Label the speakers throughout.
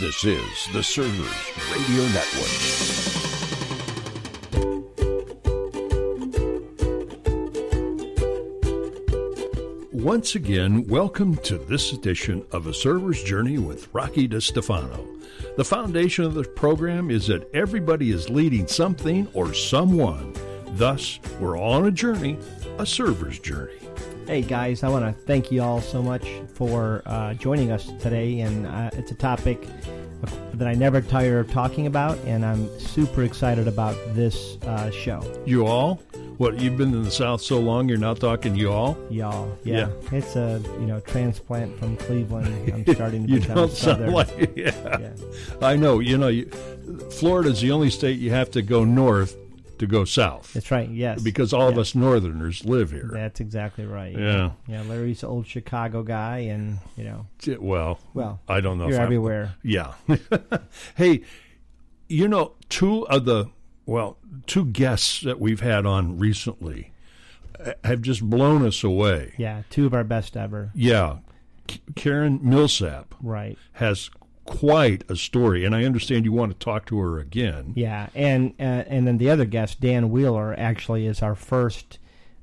Speaker 1: This is the Servers Radio Network. Once again, welcome to this edition of A Server's Journey with Rocky DiStefano. The foundation of the program is that everybody is leading something or someone. Thus, we're on a journey, a server's journey.
Speaker 2: Hey guys, I want to thank you all so much for uh, joining us today, and uh, it's a topic that I never tire of talking about, and I'm super excited about this uh, show,
Speaker 1: You all? What, you've been in the South so long you're not talking you all?
Speaker 2: y'all. Yeah, it's a you know transplant from Cleveland. I'm starting to
Speaker 1: You
Speaker 2: become
Speaker 1: don't sound
Speaker 2: southern.
Speaker 1: like yeah.
Speaker 2: yeah.
Speaker 1: I know. You know, you, Florida's the only state you have to go north to go south
Speaker 2: That's right. Yes,
Speaker 1: because all of
Speaker 2: Yeah.
Speaker 1: us Northerners live here.
Speaker 2: That's exactly right.
Speaker 1: Yeah.
Speaker 2: yeah. Larry's old Chicago guy, and you know,
Speaker 1: T- Well,
Speaker 2: well,
Speaker 1: I don't know.
Speaker 2: you're
Speaker 1: if I'm-
Speaker 2: everywhere.
Speaker 1: Yeah. hey, you know, two of the well, two guests that we've had on recently uh, have just blown us away.
Speaker 2: Yeah, two of our best ever.
Speaker 1: Yeah, K- Karen Millsap
Speaker 2: Right.
Speaker 1: has quite a story, and I understand you want to talk to her again.
Speaker 2: Yeah, and uh, and then the other guest, Dan Wheeler, actually is our first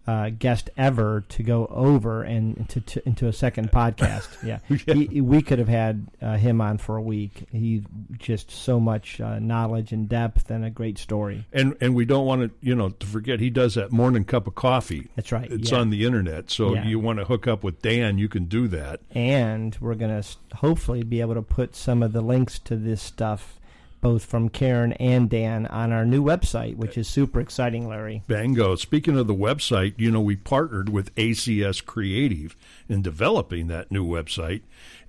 Speaker 2: uh, guest ever to go over and into to, into a second podcast. Yeah, He- He, we could have had uh, him on for a week. He just so much uh, knowledge and depth and a great story.
Speaker 1: and and we don't want to you know to forget he does that morning cup of coffee
Speaker 2: That's right.
Speaker 1: it's
Speaker 2: yeah.
Speaker 1: on the internet so
Speaker 2: Yeah.
Speaker 1: you want to hook up with dan you can do that
Speaker 2: and we're going to hopefully be able to put some of the links to this stuff both from Karen and Dan on our new website, which is super exciting, Larry.
Speaker 1: bango speaking of the website you know we partnered with acs creative in developing that new website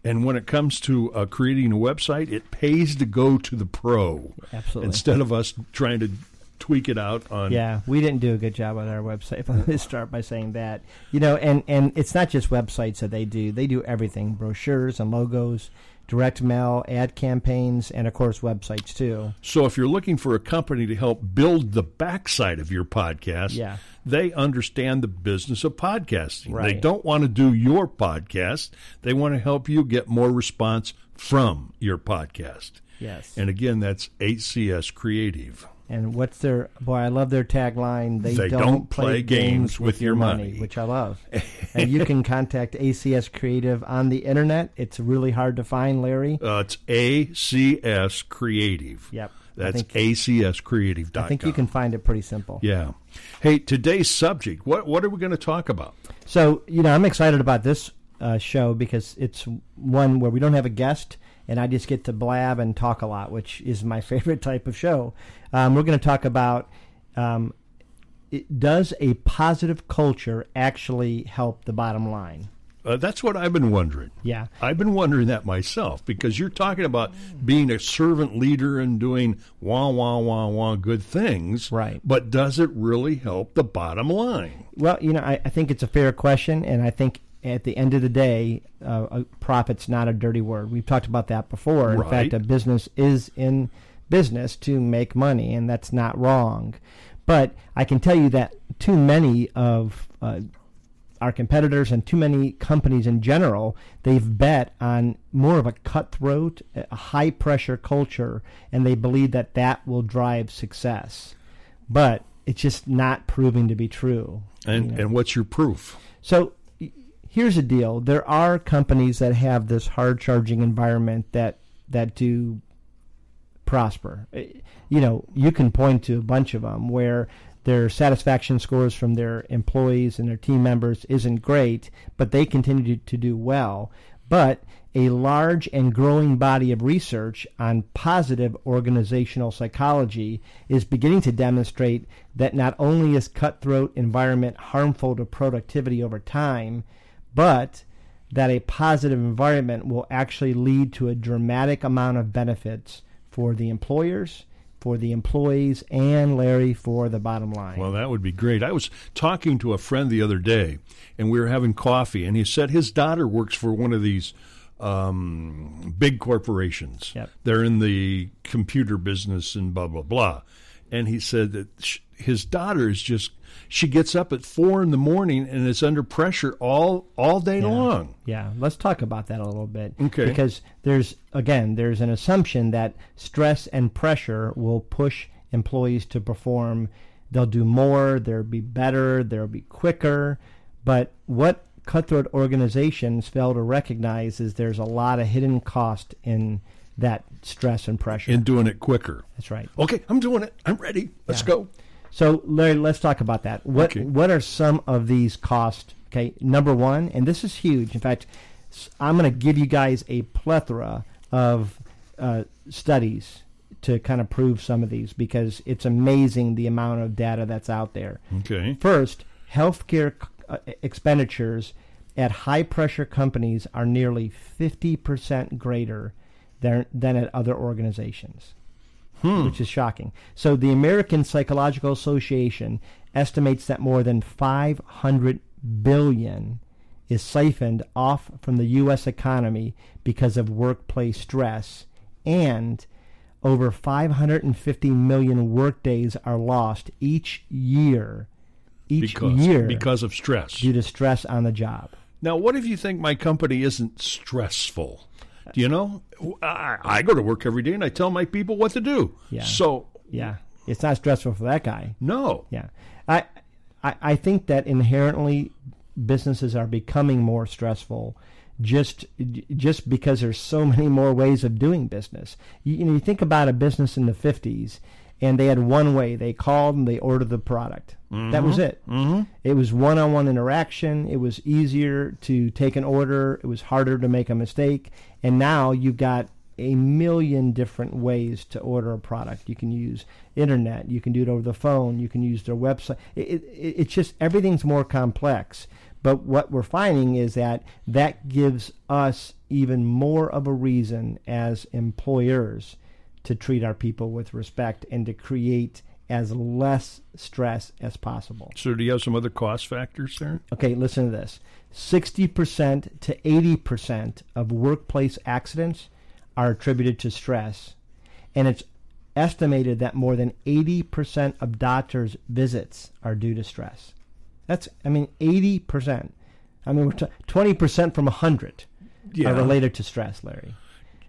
Speaker 1: and when it comes to uh, creating a website it pays to go to the pro
Speaker 2: Absolutely.
Speaker 1: instead of us trying to tweak it out on
Speaker 2: Yeah, we didn't do a good job on our website. Let me start by saying that. You know, and and it's not just websites that they do. They do everything: brochures and logos, direct mail, ad campaigns, and of course websites too.
Speaker 1: So if you're looking for a company to help build the backside of your podcast,
Speaker 2: Yeah.
Speaker 1: they understand the business of podcasting. They
Speaker 2: Right.
Speaker 1: don't want to do your podcast. They want to help you get more response from your podcast.
Speaker 2: Yes. And,
Speaker 1: And again, that's HCS Creative.
Speaker 2: what's their boy? I love their tagline. They,
Speaker 1: They
Speaker 2: don't,
Speaker 1: don't play
Speaker 2: play, games,
Speaker 1: games
Speaker 2: with your money, which I love. and you can contact ACS Creative on the internet. It's really hard to find, Larry.
Speaker 1: Uh, it's ACS Creative.
Speaker 2: Yep. I
Speaker 1: That's
Speaker 2: think-
Speaker 1: acscreative.com.
Speaker 2: I think you can find it pretty simple.
Speaker 1: Yeah. Hey, today's subject. What what are we going to talk about?
Speaker 2: So you know, I'm excited about this uh, show because it's one where we don't have a guest, and I just get to blab and talk a lot, which is my favorite type of show. Um, we're going to talk about um, it, does a positive culture actually help the bottom line?
Speaker 1: Uh, that's what I've been wondering.
Speaker 2: Yeah.
Speaker 1: I've been wondering that myself because you're talking about being a servant leader and doing wah wah wah wah good things,
Speaker 2: Right.
Speaker 1: But does it really help the bottom line?
Speaker 2: Well, you know, I, I think it's a fair question, and I think at the end of the day, uh, a profit's not a dirty word. We've talked about that before. In
Speaker 1: Right.
Speaker 2: fact, a business is in business to make money, and that's not wrong. But I can tell you that too many of uh, our competitors and too many companies in general, they've bet on more of a cutthroat, a high pressure culture, and they believe that that will drive success. But it's just not proving to be true.
Speaker 1: And and what's your proof?
Speaker 2: So y- here's the deal: there are companies that have this hard charging environment that that do prosper. Uh, You know, you can point to a bunch of them where their satisfaction scores from their employees and their team members isn't great, but they continue to, to do well. But a large and growing body of research on positive organizational psychology is beginning to demonstrate that not only is cutthroat environment harmful to productivity over time, but that a positive environment will actually lead to a dramatic amount of benefits for the employers, for the employees, and Larry for the bottom line.
Speaker 1: Well, that would be great. I was talking to a friend the other day, and we were having coffee, and he said his daughter works for one of these um, big corporations.
Speaker 2: Yep.
Speaker 1: They're in the computer business and blah blah blah. and he said that sh- his daughter is just she gets up at four in the morning and is under pressure all all day long.
Speaker 2: Yeah, let's talk about that a little bit.
Speaker 1: Okay.
Speaker 2: Because there's again, there's an assumption that stress and pressure will push employees to perform. They'll do more, they'll be better, they'll be quicker. But what cutthroat organizations fail to recognize is there's a lot of hidden cost in that stress and pressure.
Speaker 1: And doing it quicker.
Speaker 2: That's right.
Speaker 1: Okay, I'm doing it. I'm ready. Let's
Speaker 2: Yeah.
Speaker 1: go.
Speaker 2: So, Larry, let's talk about that. What
Speaker 1: Okay.
Speaker 2: what are some of these costs? Okay, number one, and this is huge. In fact, s- I'm going to give you guys a plethora of uh, studies to kind of prove some of these because it's amazing the amount of data that's out there.
Speaker 1: Okay.
Speaker 2: First, healthcare c- uh, expenditures at high pressure companies are nearly 50% greater than, than at other organizations,
Speaker 1: Hmm.
Speaker 2: which is shocking. So, the American Psychological Association estimates that more than 500 billion is siphoned off from the U.S. economy because of workplace stress, and over 550 million workdays are lost each year, each
Speaker 1: Because
Speaker 2: year
Speaker 1: because of stress.
Speaker 2: due to stress on the job.
Speaker 1: Now, what if you think my company isn't stressful? Do you know? I, I go to work every day and I tell my people what to do.
Speaker 2: Yeah.
Speaker 1: So,
Speaker 2: Yeah, it's not stressful for that guy.
Speaker 1: no.
Speaker 2: Yeah, I, I, I think that inherently businesses are becoming more stressful, just just because there's so many more ways of doing business. You, you know, you think about a business in the '50s, and they had one way: they called and they ordered the product. That was it. Mm-hmm. It was one-on-one interaction. It was easier to take an order. It was harder to make a mistake. And now you've got a million different ways to order a product. You can use internet, you can do it over the phone, you can use their website. It, it, it's just everything's more complex. But what we're finding is that that gives us even more of a reason as employers to treat our people with respect and to create as less stress as possible.
Speaker 1: So, do you have some other cost factors there?
Speaker 2: Okay, listen to this 60% to 80% of workplace accidents are attributed to stress. And it's estimated that more than 80% of doctors' visits are due to stress. That's, I mean, 80%. I mean, we're t- 20% from 100
Speaker 1: Yeah.
Speaker 2: are related to stress, Larry.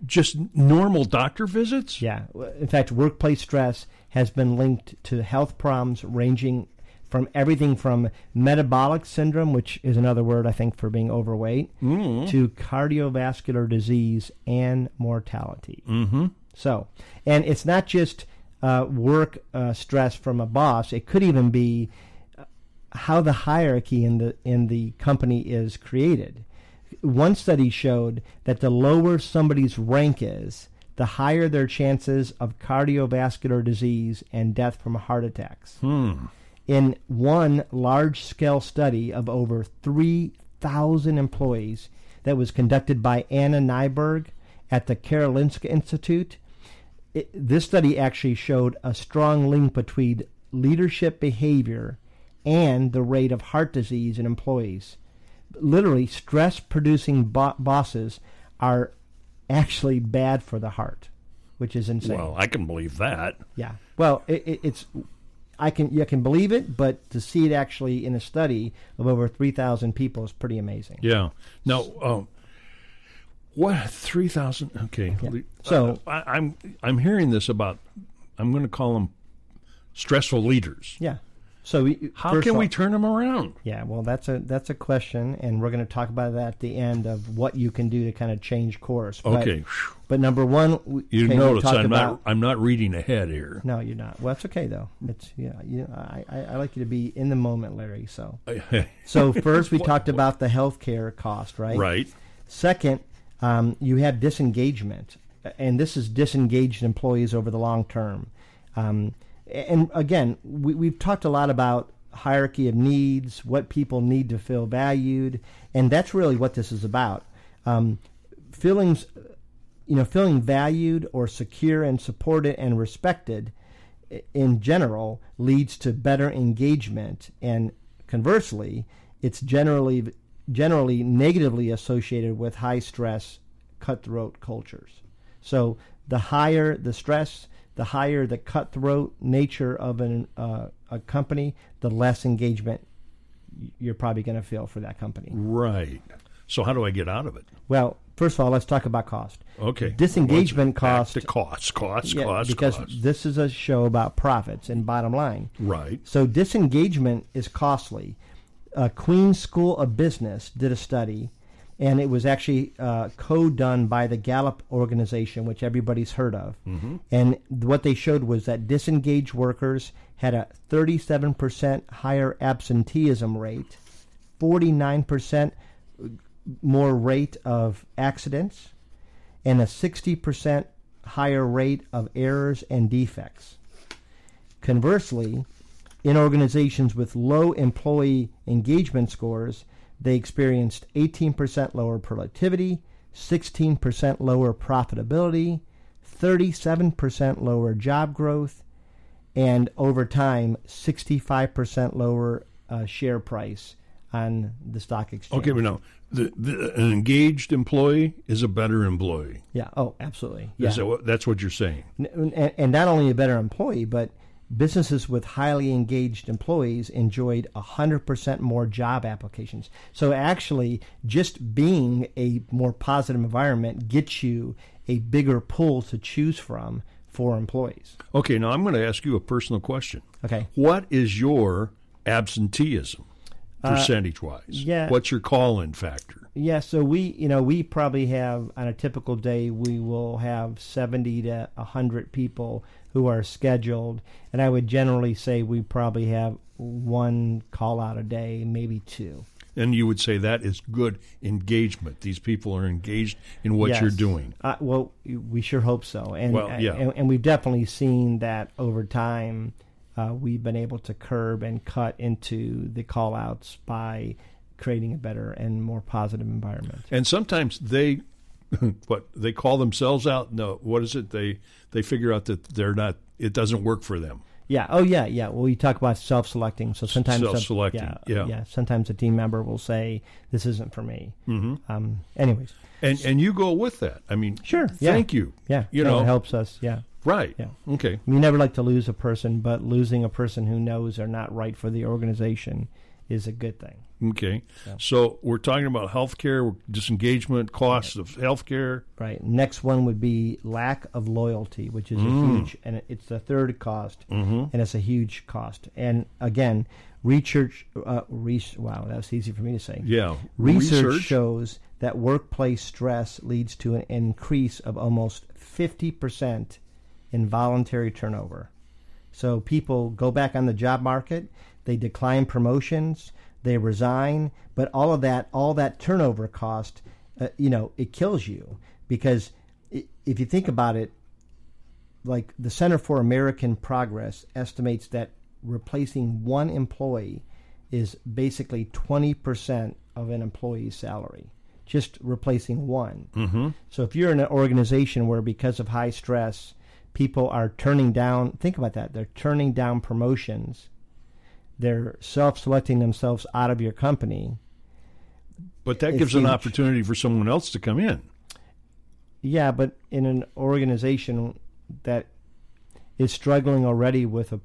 Speaker 1: Just normal doctor visits?
Speaker 2: Yeah. In fact, workplace stress has been linked to health problems ranging from everything from metabolic syndrome, which is another word I think for being overweight, to cardiovascular disease and mortality. Mm-hmm. So, and it's not just uh, work uh, stress from a boss, it could even be how the hierarchy in the in the company is created. One study showed that the lower somebody's rank is, the higher their chances of cardiovascular disease and death from heart attacks. In one large scale study of over 3,000 employees that was conducted by Anna Nyberg at the Karolinska Institute, it, this study actually showed a strong link between leadership behavior and the rate of heart disease in employees. Literally, stress producing bo- bosses are actually bad for the heart, which is insane.
Speaker 1: Well, I can believe that.
Speaker 2: Yeah. Well, it, it, it's I can you can believe it, but to see it actually in a study of over three thousand people is pretty amazing.
Speaker 1: Yeah. Now, um, what three thousand? Okay.
Speaker 2: So-
Speaker 1: Uh, I, I'm I'm hearing this about. I'm going to call them stressful leaders.
Speaker 2: Yeah. So we,
Speaker 1: How
Speaker 2: first
Speaker 1: can
Speaker 2: off-
Speaker 1: we turn them around?
Speaker 2: Yeah. Well, that's a that's a question, and we're going to talk about that at the end of what you can do to kind of change course. But,
Speaker 1: Okay.
Speaker 2: But number one, we,
Speaker 1: You
Speaker 2: okay, we
Speaker 1: notice
Speaker 2: talked
Speaker 1: I'm
Speaker 2: about-
Speaker 1: not I'm not reading ahead here.
Speaker 2: No, you're not. Well, that's okay though. It's yeah. You, I, I I like you to be in the moment, Larry. So so first we talked about the healthcare cost, right?
Speaker 1: right.
Speaker 2: Second, um, you have disengagement, and this is disengaged employees over the long term. Um, and again, we, we've talked a lot about hierarchy of needs, what people need to feel valued, and that's really what this is about. Um, feelings, you know, feeling valued or secure and supported and respected i- in general leads to better engagement and conversely it's generally generally negatively associated with high stress cutthroat cultures so the higher the stress the higher the cutthroat nature of an uh, a company, the less engagement you're probably going to feel for that company.
Speaker 1: Right. So how do I get out of it?
Speaker 2: Well, first of all, let's talk about cost.
Speaker 1: Okay.
Speaker 2: Disengagement
Speaker 1: Well, it's
Speaker 2: cost.
Speaker 1: back to cost, cost,
Speaker 2: Yeah,
Speaker 1: cost,
Speaker 2: because
Speaker 1: cost.
Speaker 2: this is a show about profits and bottom line.
Speaker 1: Right.
Speaker 2: So disengagement is costly. Uh, Queen School of Business did a study, and it was actually uh, co-done by the Gallup organization, which everybody's heard of. And what they showed was that disengaged workers had a 37% higher absenteeism rate, 49% more rate of accidents, and a 60% higher rate of errors and defects. Conversely, in organizations with low employee engagement scores, they experienced 18% lower productivity, 16% lower profitability, 37% lower job growth, and over time, 65% lower uh, share price on the stock exchange.
Speaker 1: Okay, but now the, the, an engaged employee is a better employee.
Speaker 2: Yeah. Oh, absolutely. Yeah.
Speaker 1: Is that what, that's what you're saying?
Speaker 2: N- and, and not only a better employee, but businesses with highly engaged employees enjoyed 100% more job applications. So actually, just being a more positive environment gets you a bigger pool to choose from for employees.
Speaker 1: Okay, now I'm going to ask you a personal question.
Speaker 2: Okay.
Speaker 1: What is your absenteeism percentage wise?
Speaker 2: Uh, yeah.
Speaker 1: What's your call in factor?
Speaker 2: Yeah, so we, you know, we probably have on a typical day we will have 70 to 100 people who are scheduled, and I would generally say we probably have one call out a day, maybe two.
Speaker 1: And you would say that is good engagement. These people are engaged in what you're
Speaker 2: Yes.
Speaker 1: doing.
Speaker 2: Uh, well, we sure hope so, and uh,
Speaker 1: Well, yeah.
Speaker 2: and, and we've definitely seen that over time. Uh, we've been able to curb and cut into the call outs by creating a better and more positive environment.
Speaker 1: And sometimes they what they call themselves out. No, what is it? They they figure out that they're not it doesn't work for them.
Speaker 2: Yeah. Oh, yeah. Yeah. Well, you talk about self-selecting. So sometimes some-
Speaker 1: Self-selecting, yeah.
Speaker 2: Sometimes a team member will say, "This isn't for me." Mm-hmm. Um. Anyways.
Speaker 1: And and you go with that. I mean
Speaker 2: Sure, yeah.
Speaker 1: Thank you.
Speaker 2: Yeah.
Speaker 1: You
Speaker 2: no,
Speaker 1: know
Speaker 2: it helps us. Yeah.
Speaker 1: Right.
Speaker 2: Yeah.
Speaker 1: Okay.
Speaker 2: We never like to lose a person, but losing a person who knows they're not right for the organization is a good thing.
Speaker 1: Okay. So we're talking about healthcare, disengagement, costs of healthcare.
Speaker 2: Right. Next one would be lack of loyalty, which is a huge, and it's the third cost, and it's a huge cost. And again, research, uh, research. Wow, that's easy for me to say.
Speaker 1: Yeah.
Speaker 2: Research, shows that workplace stress leads to an increase of almost 50% in voluntary turnover. So people go back on the job market, they decline promotions, they resign, but all of that, all that turnover cost, uh, you know, it kills you because i- if you think about it, like the Center for American Progress estimates that replacing one employee is basically 20% of an employee's salary, just replacing one. Mm-hmm. So if you're in an organization where, because of high stress, people are turning down, think about that, they're turning down promotions, they're self selecting themselves out of your company.
Speaker 1: But that
Speaker 2: It's
Speaker 1: gives an
Speaker 2: huge.
Speaker 1: opportunity for someone else to come in.
Speaker 2: Yeah, but in an organization that is struggling already with a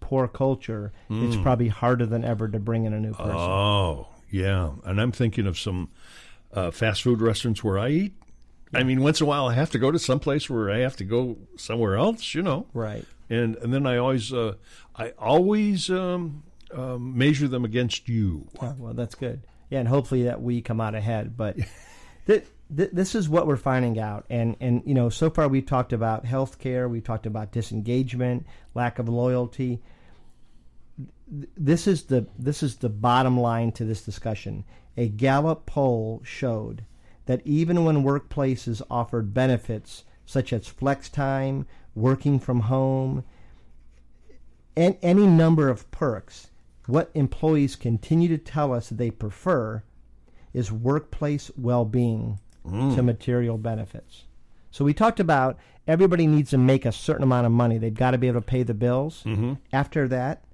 Speaker 2: poor culture, it's probably harder than ever to bring in a new person.
Speaker 1: Oh, yeah. And I'm thinking of some uh, fast food restaurants where I eat. I mean, once in a while I have to go to some place where I have to go somewhere else, you know.
Speaker 2: right.
Speaker 1: And and then I always uh, I always um, um, measure them against you.
Speaker 2: Oh, well, that's good. Yeah, and hopefully that we come out ahead. But th- th- this is what we're finding out, and and you know, so far we've talked about healthcare, we've talked about disengagement, lack of loyalty. Th- This is the this is the bottom line to this discussion. A Gallup poll showed that even when workplaces offered benefits such as flex time, working from home, and any number of perks, what employees continue to tell us they prefer is workplace well being to material benefits. So we talked about everybody needs to make a certain amount of money. They've got to be able to pay the bills. After that,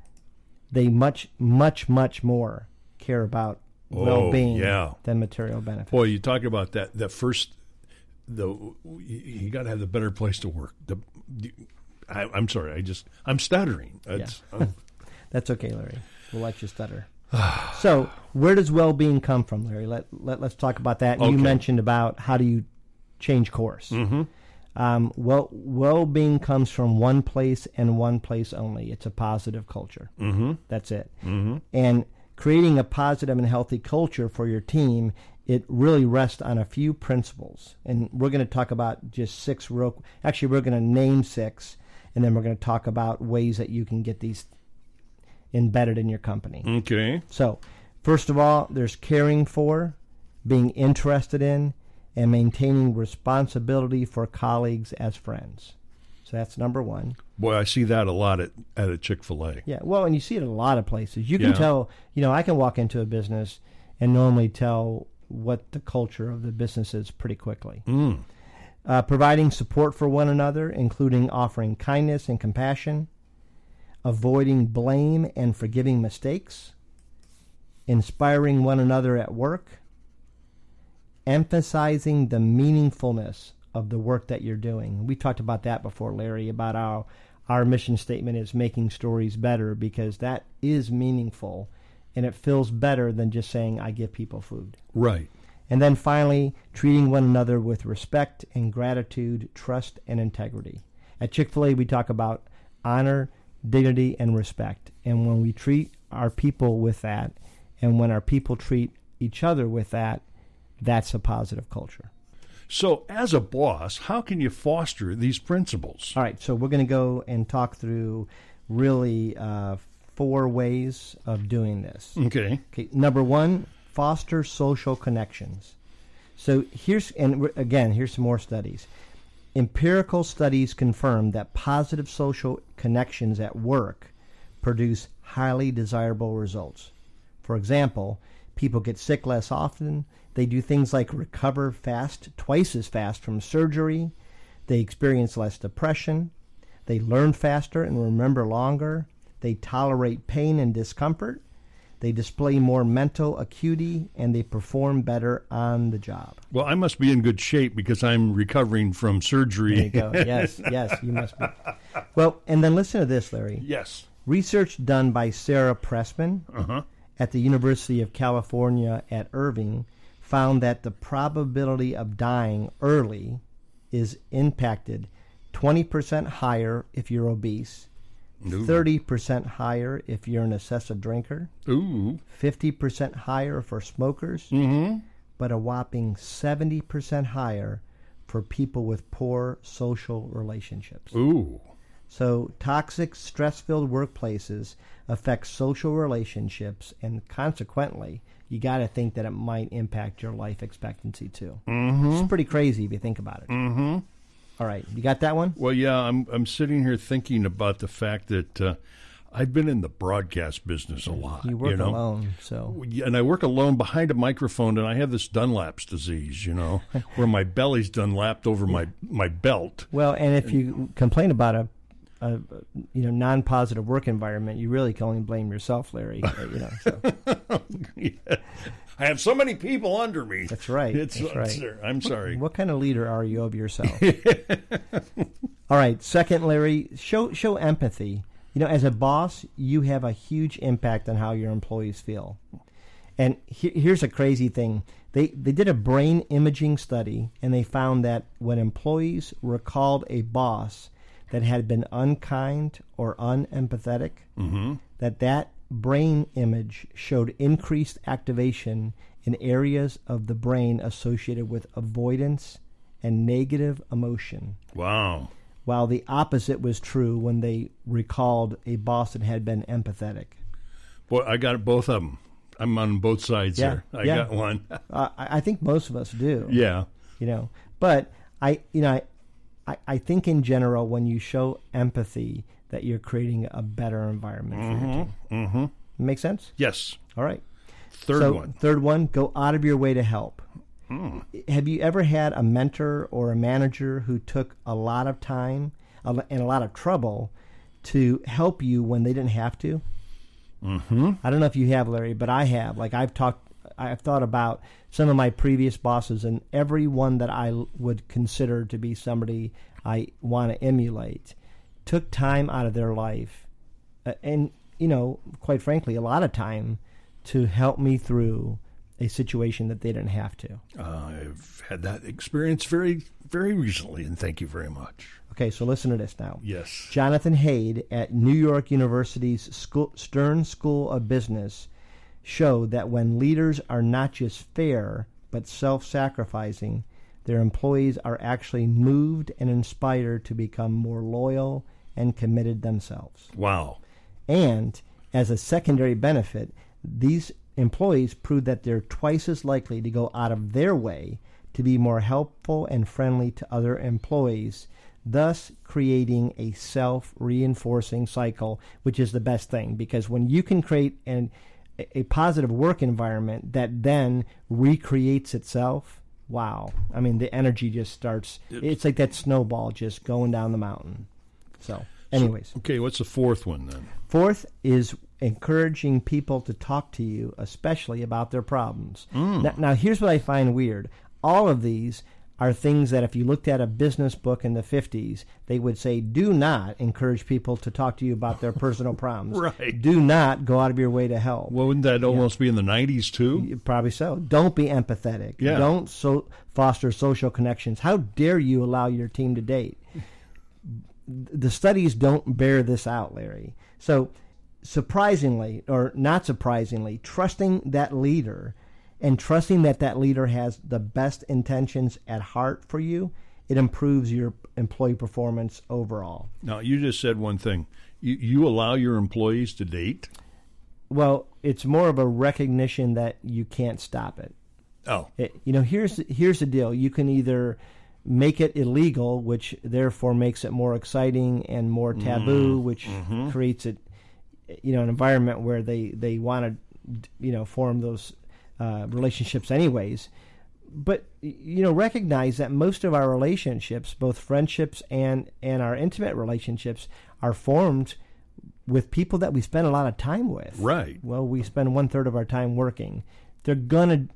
Speaker 2: they much, much, much more care about
Speaker 1: Oh,
Speaker 2: well being
Speaker 1: yeah.
Speaker 2: than material benefits.
Speaker 1: Boy, you talk about that. That first, the you got to have the better place to work. The, the I, I'm sorry. I just I'm stuttering. It's, I'm-
Speaker 2: That's okay, Larry. We'll let you stutter. so, where does well-being come from, Larry? Let, let let's talk about that. You
Speaker 1: Okay.
Speaker 2: mentioned about how do you change course. Mm-hmm. Um, well, well-being comes from one place and one place only. It's a positive culture. Mm-hmm. That's it. Mm-hmm. And creating a positive and healthy culture for your team, it really rests on a few principles. And we're going to talk about just six real. Actually, we're going to name six, and then we're going to talk about ways that you can get these embedded in your company.
Speaker 1: okay.
Speaker 2: So, first of all, there's caring for, being interested in, and maintaining responsibility for colleagues as friends. So that's number one.
Speaker 1: Boy, I see that a lot at at a Chick Fil A.
Speaker 2: Yeah. Well, and you see it in a lot of places. You can
Speaker 1: Yeah.
Speaker 2: tell, you know, I can walk into a business and normally tell what the culture of the business is pretty quickly. Uh, providing support for one another, including offering kindness and compassion, avoiding blame and forgiving mistakes, inspiring one another at work, emphasizing the meaningfulness of the work that you're doing. We talked about that before, Larry, about our our mission statement is making stories better because that is meaningful and it feels better than just saying I give people food.
Speaker 1: Right.
Speaker 2: And then finally, treating one another with respect and gratitude, trust and integrity. At Chick fil A, we talk about honor, dignity, and respect. And when we treat our people with that, and when our people treat each other with that, that's a positive culture.
Speaker 1: So, as a boss, how can you foster these principles?
Speaker 2: All right, so we're going to go and talk through really uh, four ways of doing this.
Speaker 1: Okay.
Speaker 2: Okay, number one, foster social connections. So here's, and we're- again, here's some more studies. Empirical studies confirm that positive social connections at work produce highly desirable results. For example, people get sick less often, they do things like recover fast, twice as fast from surgery, they experience less depression, they learn faster and remember longer, they tolerate pain and discomfort, they display more mental acuity and they perform better on the job.
Speaker 1: Well, I must be in good shape because I'm recovering from surgery.
Speaker 2: There you go. yes, yes, you must be. Well, and then listen to this, Larry.
Speaker 1: yes.
Speaker 2: Research done by Sarah Pressman at the University of California at Irving found that the probability of dying early is impacted 20% higher if you're obese, 30% higher if you're an excessive drinker,
Speaker 1: Ooh.
Speaker 2: 50% higher for smokers, but a whopping 70% higher for people with poor social relationships.
Speaker 1: Ooh.
Speaker 2: So, toxic, stress filled workplaces affect social relationships, and consequently, you got to think that it might impact your life expectancy too. Mm-hmm. It's pretty crazy if you think about it. Mm-hmm. right, you got that one?
Speaker 1: Well, yeah, I'm I'm sitting here thinking about the fact that uh, I've been in the broadcast business a lot.
Speaker 2: You work
Speaker 1: know?
Speaker 2: alone, so.
Speaker 1: And I work alone behind a microphone, and I have this Dunlap's disease, you know, where my belly's Dunlapped over my, my belt.
Speaker 2: Well, and if you complain about a, a you know non-positive work environment, you really can only blame yourself, Larry. uh, You know, so.
Speaker 1: I have so many people under me.
Speaker 2: That's right.
Speaker 1: It's,
Speaker 2: That's right.
Speaker 1: it's- I'm sorry.
Speaker 2: what kind of leader are you of yourself? All right. Second, Larry, show show empathy. You know, as a boss, you have a huge impact on how your employees feel. And he- here's a crazy thing. They, they did a brain imaging study and they found that when employees recalled a boss that had been unkind or unempathetic, that that brain image showed increased activation in areas of the brain associated with avoidance and negative emotion
Speaker 1: Wow.
Speaker 2: while the opposite was true when they recalled a boss that had been empathetic.
Speaker 1: Boy, I got both of them. I'm on both sides
Speaker 2: Yeah,
Speaker 1: here. I
Speaker 2: yeah.
Speaker 1: got one.
Speaker 2: Uh, I I think most of us do,
Speaker 1: yeah.
Speaker 2: you know. But I, you know, I, I, I think in general, when you show empathy, that you're creating a better environment for your team. Mm-hmm. Make sense?
Speaker 1: Yes.
Speaker 2: All right.
Speaker 1: Third
Speaker 2: so,
Speaker 1: one. Hmm.
Speaker 2: Third one, go out of your way to help. Have you ever had a mentor or a manager who took a lot of time a lo- and a lot of trouble to help you when they didn't have to? Mm-hmm. I don't know if you have, Larry, but I have. Like I've talked, I've thought about some of my previous bosses, and every one that I l- would consider to be somebody I want to emulate took time out of their life, uh, and you know, quite frankly, a lot of time to help me through a situation that they didn't have to.
Speaker 1: I've had that experience very, very recently, and thank you very much.
Speaker 2: Okay, so listen to this now.
Speaker 1: Yes.
Speaker 2: Jonathan Haid at New York University's school, Stern School of Business showed that when leaders are not just fair but self sacrificing, their employees are actually moved and inspired to become more loyal and committed themselves.
Speaker 1: Wow.
Speaker 2: And as a secondary benefit, these employees prove that they're twice as likely to go out of their way to be more helpful and friendly to other employees, thus creating a self reinforcing cycle, which is the best thing because when you can create an, a positive work environment that then recreates itself. Wow. I mean, the energy just starts. It's like that snowball just going down the mountain. So, anyways.
Speaker 1: Okay, what's the fourth one then?
Speaker 2: Fourth is encouraging people to talk to you, especially about their problems. Now, now, here's what I find weird all of these are things that if you looked at a business book in the 50s, they would say, do not encourage people to talk to you about their personal problems.
Speaker 1: Right.
Speaker 2: Do not go out of your way to help.
Speaker 1: Well, wouldn't that almost be in the 90s too?
Speaker 2: Probably so. Don't be empathetic.
Speaker 1: Yeah.
Speaker 2: Don't so foster social connections. How dare you allow your team to date? The studies don't bear this out, Larry. So, surprisingly or not surprisingly, trusting that leader and trusting that that leader has the best intentions at heart for you, it improves your employee performance overall.
Speaker 1: Now, you just said one thing. You, you allow your employees to date?
Speaker 2: Well, it's more of a recognition that you can't stop it.
Speaker 1: Oh.
Speaker 2: It, Eh, you know, here's here's the deal. You can either make it illegal, which therefore makes it more exciting and more taboo, which creates it, you know, an environment where they they want to, you know, form those uh, relationships anyways. But y- you know, recognize that most of our relationships, both friendships and and our intimate relationships, are formed with people that we spend a lot of time with.
Speaker 1: Right.
Speaker 2: Well, we spend one third of our time working. They're gonna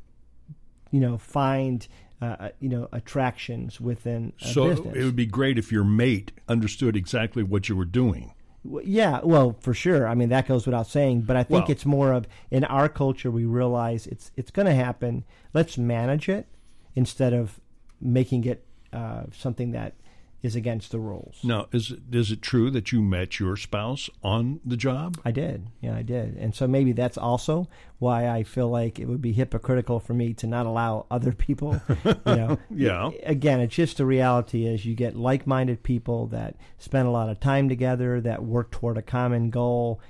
Speaker 2: you know find uh, you know attractions within a
Speaker 1: So
Speaker 2: business.
Speaker 1: it would be great if your mate understood exactly what you were doing.
Speaker 2: W- yeah, well, for sure. I mean, that goes without saying. But I think
Speaker 1: Well-
Speaker 2: it's more of in our culture we realize it's it's going to happen. Let's manage it instead of making it uh, something that is against the rules.
Speaker 1: Now, is it, is it true that you met your spouse on the job?
Speaker 2: I did, yeah, I did, and so maybe that's also why I feel like it would be hypocritical for me to not allow other people, you know,
Speaker 1: Yeah.
Speaker 2: again, it's just the reality is you get like-minded people that spend a lot of time together, that work toward a common goal.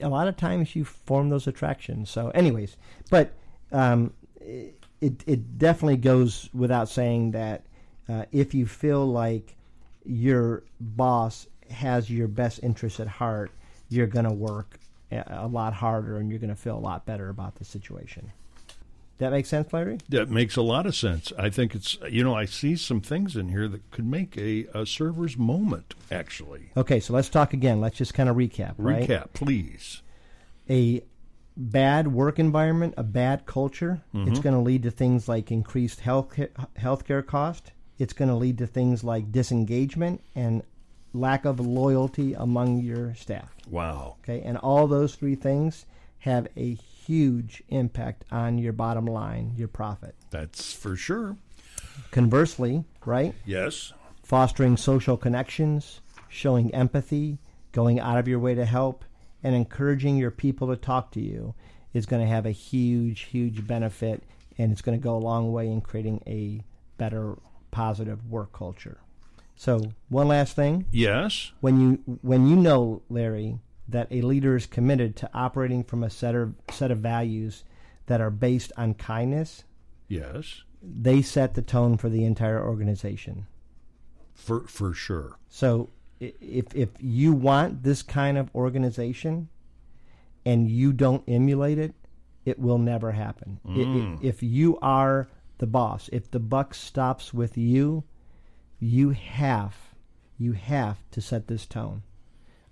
Speaker 2: A lot of times you form those attractions. So, anyways, but um, it it definitely goes without saying that uh, if you feel like your boss has your best interests at heart, you're going to work a- a lot harder and you're going to feel a lot better about the situation. That make sense, Larry?
Speaker 1: That makes a lot of sense. I think it's, you know, I see some things in here that could make a, a server's moment, actually.
Speaker 2: Okay, so let's talk again. Let's just kind of recap, right?
Speaker 1: Recap, please.
Speaker 2: A bad work environment, a bad culture, it's going to lead to things like increased health healthcare cost. It's going to lead to things like disengagement and lack of loyalty among your staff.
Speaker 1: Wow.
Speaker 2: Okay, and all those three things have a huge impact on your bottom line, your profit.
Speaker 1: That's for sure.
Speaker 2: Conversely, right?
Speaker 1: Yes.
Speaker 2: fostering social connections, showing empathy, going out of your way to help, and encouraging your people to talk to you is going to have a huge, huge benefit, and it's going to go a long way in creating a better, positive work culture. So, one last thing
Speaker 1: Yes.
Speaker 2: when you when you know Larry that a leader is committed to operating from a set of set of values that are based on kindness,
Speaker 1: Yes.
Speaker 2: they set the tone for the entire organization.
Speaker 1: For for sure.
Speaker 2: So i- if if you want this kind of organization and you don't emulate it, it will never happen. I- i-
Speaker 1: Mm.
Speaker 2: if you are the boss, if the buck stops with you, you have you have to set this tone.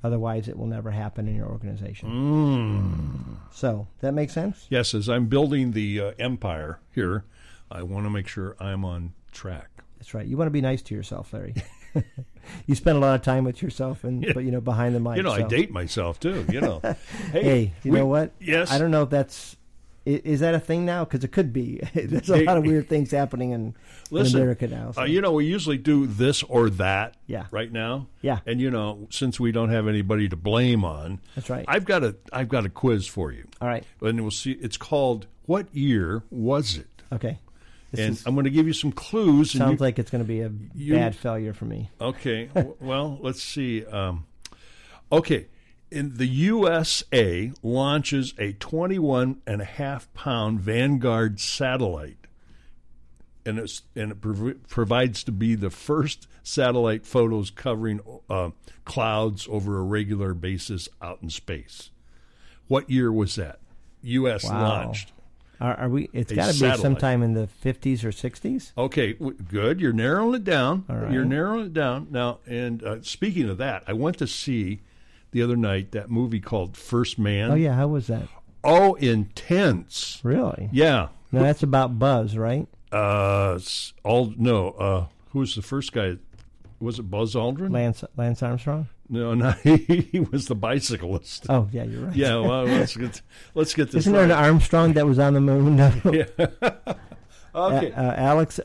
Speaker 2: Otherwise, it will never happen in your organization.
Speaker 1: Mm.
Speaker 2: So that makes sense.
Speaker 1: Yes, as I'm building the uh, empire here, I want to make sure I'm on track.
Speaker 2: That's right. You want to be nice to yourself, Larry. you spend a lot of time with yourself, and but you know behind the mic.
Speaker 1: You know, I
Speaker 2: so.
Speaker 1: date myself too. You know, hey,
Speaker 2: Hey, you
Speaker 1: we-
Speaker 2: know what?
Speaker 1: Yes,
Speaker 2: I don't know if that's i- is that a thing now because it could be. There's a
Speaker 1: Hey,
Speaker 2: lot of weird things happening in, in
Speaker 1: Listen,
Speaker 2: America now. so-
Speaker 1: Uh, you know, we usually do this or that.
Speaker 2: Yeah.
Speaker 1: Right now.
Speaker 2: Yeah.
Speaker 1: And you know, since we don't have anybody to blame on,
Speaker 2: That's right.
Speaker 1: I've got a I've got a quiz for you,
Speaker 2: All right.
Speaker 1: and we'll see. It's called "What Year Was It?"
Speaker 2: Okay. This
Speaker 1: and
Speaker 2: is-
Speaker 1: I'm going to give you some clues. and
Speaker 2: sounds
Speaker 1: you-
Speaker 2: like it's going to be a
Speaker 1: you-
Speaker 2: bad failure for me.
Speaker 1: Okay. w- well, let's see. Um, okay. In the USA launches a 21 and a half pound Vanguard satellite. And, it's, and it prov- provides to be the first satellite photos covering uh, clouds over a regular basis out in space. What year was that? U.S.
Speaker 2: Wow.
Speaker 1: launched.
Speaker 2: Are, are we? It's
Speaker 1: A
Speaker 2: got to be
Speaker 1: satellite.
Speaker 2: sometime in the 50s or 60s.
Speaker 1: Okay, w- good. You're narrowing it down.
Speaker 2: All right.
Speaker 1: You're narrowing it down now. And uh, speaking of that, I went to see the other night that movie called First Man.
Speaker 2: Oh yeah, how was that?
Speaker 1: Oh, intense.
Speaker 2: Really?
Speaker 1: Yeah.
Speaker 2: No, that's about Buzz, right?
Speaker 1: Uh, s- all no. Uh, who's the first guy? Was it Buzz Aldrin?
Speaker 2: Lance Lance Armstrong.
Speaker 1: No, not he was the bicyclist.
Speaker 2: Oh yeah, you're right.
Speaker 1: Yeah. Well, let's get let's get this.
Speaker 2: Isn't there an
Speaker 1: right.
Speaker 2: Armstrong that was on the moon? No.
Speaker 1: okay.
Speaker 2: Uh, uh, Alex,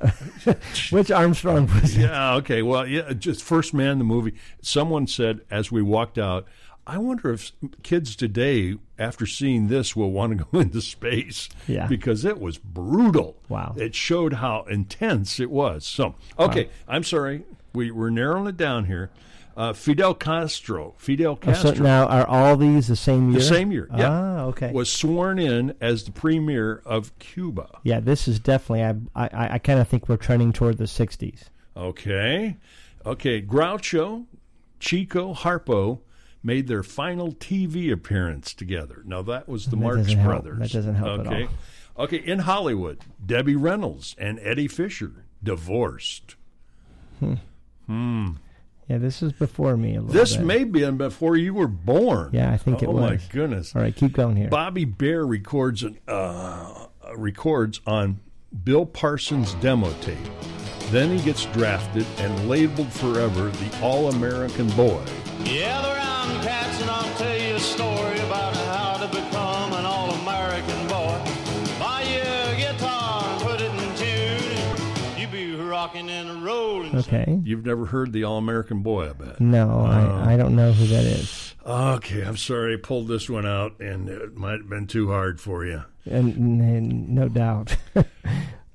Speaker 2: which Armstrong was? it?
Speaker 1: Yeah, okay. Well, yeah, just First Man, the movie. Someone said as we walked out, I wonder if kids today, after seeing this, will want to go into space.
Speaker 2: Yeah.
Speaker 1: Because it was brutal.
Speaker 2: Wow.
Speaker 1: It showed how intense it was. So, okay, I'm sorry. We, we're narrowing it down here. Uh, Fidel Castro. Fidel
Speaker 2: Oh, So
Speaker 1: Castro.
Speaker 2: now are all these the same year?
Speaker 1: the same year. Yeah.
Speaker 2: Ah, okay.
Speaker 1: Was sworn in as the premier of Cuba.
Speaker 2: yeah, this is definitely. I I, I kind of think we're trending toward the '60s.
Speaker 1: Okay. Okay. Groucho, Chico, Harpo made their final TV appearance together. Now, that was the Marx
Speaker 2: doesn't help.
Speaker 1: Brothers.
Speaker 2: That doesn't help at
Speaker 1: okay. Okay. In Hollywood, Debbie Reynolds and Eddie Fisher divorced.
Speaker 2: Yeah, this is before me a little
Speaker 1: This
Speaker 2: bit.
Speaker 1: may have been before you were born.
Speaker 2: Yeah, I think it
Speaker 1: oh,
Speaker 2: was.
Speaker 1: my goodness.
Speaker 2: all right, keep going here.
Speaker 1: Bobby Bear records, an, uh, records on Bill Parsons' demo tape. Then he gets drafted and labeled forever the All American Boy.
Speaker 3: Gather round, cats, and I'll tell you a story about how to become an all-American boy. Buy you a guitar and put it in tune. You be rocking and rolling.
Speaker 2: Okay.
Speaker 1: You've never heard the All American Boy, I bet.
Speaker 2: No,
Speaker 1: Oh.
Speaker 2: I, I don't know who that is.
Speaker 1: Okay, I'm sorry. I pulled this one out, and it might have been too hard for you.
Speaker 2: And, and no doubt.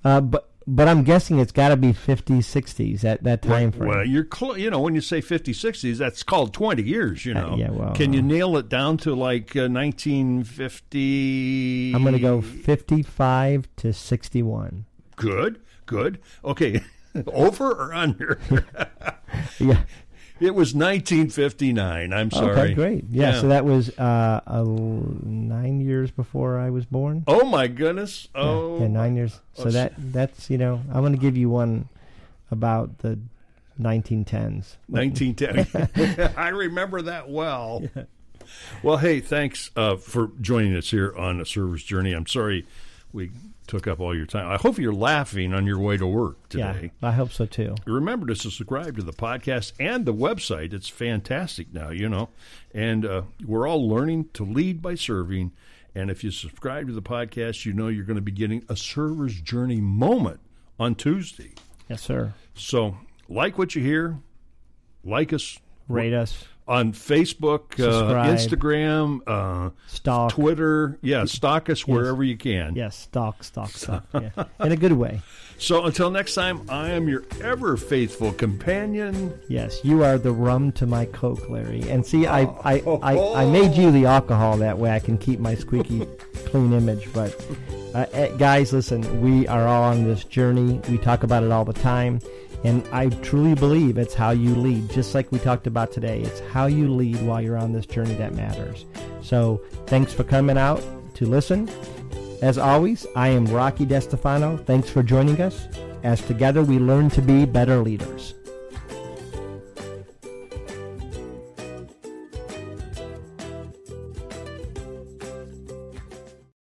Speaker 2: uh, but but I'm guessing it's got to be 50s, 60s that that time frame.
Speaker 1: Well, you're close. You know, when you say 50, 60s, that's called 20 years. You
Speaker 2: Uh,
Speaker 1: know.
Speaker 2: yeah, well,
Speaker 1: Can you
Speaker 2: uh,
Speaker 1: nail it down to like uh, 1950?
Speaker 2: I'm going to go 55 to 61.
Speaker 1: Good, good. Okay, over or under?
Speaker 2: Yeah.
Speaker 1: it was 1959. I'm sorry.
Speaker 2: Okay, great. Yeah, so that was uh, a, nine years before I was born.
Speaker 1: Oh my goodness! Oh,
Speaker 2: yeah, nine years. So
Speaker 1: Oh, s-
Speaker 2: that that's you know I'm going to give you one about the 1910s.
Speaker 1: 1910. I remember that well. Well, hey, thanks uh, for joining us here on a service journey. I'm sorry we took up all your time. I hope you're laughing on your way to work
Speaker 2: Yeah,
Speaker 1: today.
Speaker 2: I hope so too.
Speaker 1: Remember to subscribe to the podcast and the website. It's fantastic now, you know. And uh, we're all learning to lead by serving. And if you subscribe to the podcast, you know you're going to be getting a server's journey moment on Tuesday.
Speaker 2: Yes, sir.
Speaker 1: So, like what you hear, like us,
Speaker 2: Rate us.
Speaker 1: on Facebook, uh,
Speaker 2: Subscribe.
Speaker 1: Instagram, uh,
Speaker 2: Stalk.
Speaker 1: Twitter. Yeah, stalk us wherever you can.
Speaker 2: Yes, stock, stock, stock. Yeah. In a good way.
Speaker 1: So until next time, I am your ever faithful companion.
Speaker 2: Yes, you are the rum to my Coke, Larry. And see, I, I, I, I made you the alcohol. That way I can keep my squeaky clean image. But uh, eh, guys, listen, we are all on this journey. We talk about it all the time. And I truly believe it's how you lead, just like we talked about today. It's how you lead while you're on this journey that matters. So thanks for coming out to listen. As always, I am Rocky DeStefano. Thanks for joining us as together we learn to be better leaders.